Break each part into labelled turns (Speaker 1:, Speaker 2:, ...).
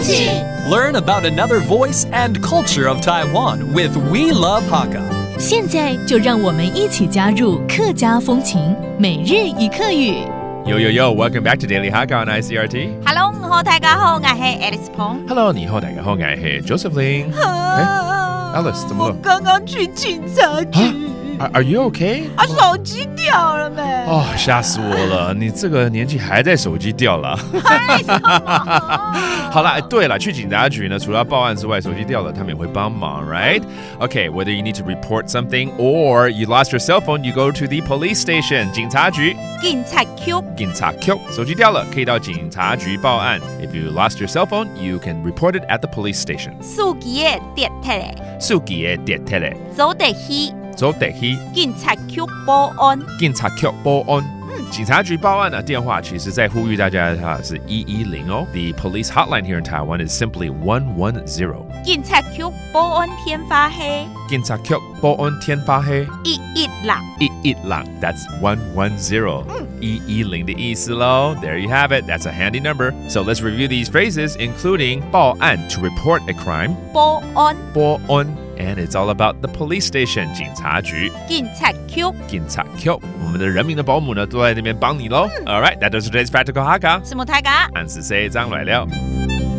Speaker 1: 庆！
Speaker 2: Learn about another voice and culture of Taiwan with We Love Hakka.
Speaker 1: 现在就让我们一起加入客家风情每日一课语。
Speaker 3: Yo, yo, yo, welcome back to Daily Hakka on ICRT.
Speaker 4: Hello，午好，大家好，我系 Alice 彭。
Speaker 3: Hello, 你好，大家好，我是 Josephine. Alice，怎么
Speaker 4: 我
Speaker 3: 了
Speaker 4: 刚刚去警察局，
Speaker 3: Are, are you okay?
Speaker 4: 啊，手机掉了没？
Speaker 3: 哦，吓死我了！你这个年纪还在手机掉了。
Speaker 4: 哎什么
Speaker 3: 好啦，对了，去警察局呢，除了要报案之外，手机掉了他们也会帮忙，right? Okay, whether you need to report something or you lost your cell phone, you go to the police station 警察局。
Speaker 4: 警察局，
Speaker 3: 警察局手机掉了，可以到警察局报案。If you lost your cell phone, you can report it at the police station.
Speaker 4: 手机的跌脱嘞，
Speaker 3: 手机的跌脱了，
Speaker 4: 走得去
Speaker 3: 走得去
Speaker 4: 警察局保安。
Speaker 3: 警察局报案。警察局报案的电话，其实在呼吁大家，它是一一零哦。The police hotline here in Taiwan is simply one one zero。
Speaker 4: 警察局保安天发黑，
Speaker 3: 警察局报案天发黑。
Speaker 4: 一一六。
Speaker 3: 一一零，That's one one zero，一一零的意思喽。There you have it. That's a handy number. So let's review these phrases, including 报案 to report a crime，
Speaker 4: 保安
Speaker 3: 报案，and it's all about the police station 警察局
Speaker 4: 警察局，
Speaker 3: 警察局。我们的人民的保姆呢都在那边帮你喽。All right, that does today's practical Hakka。
Speaker 4: 什么大家？
Speaker 3: 俺是 C 张来了。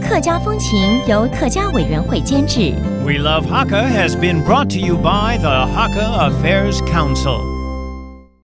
Speaker 5: 客家风情由客家委员会监制。
Speaker 6: We Love Hakka has been brought to you by the Hakka Affairs Council.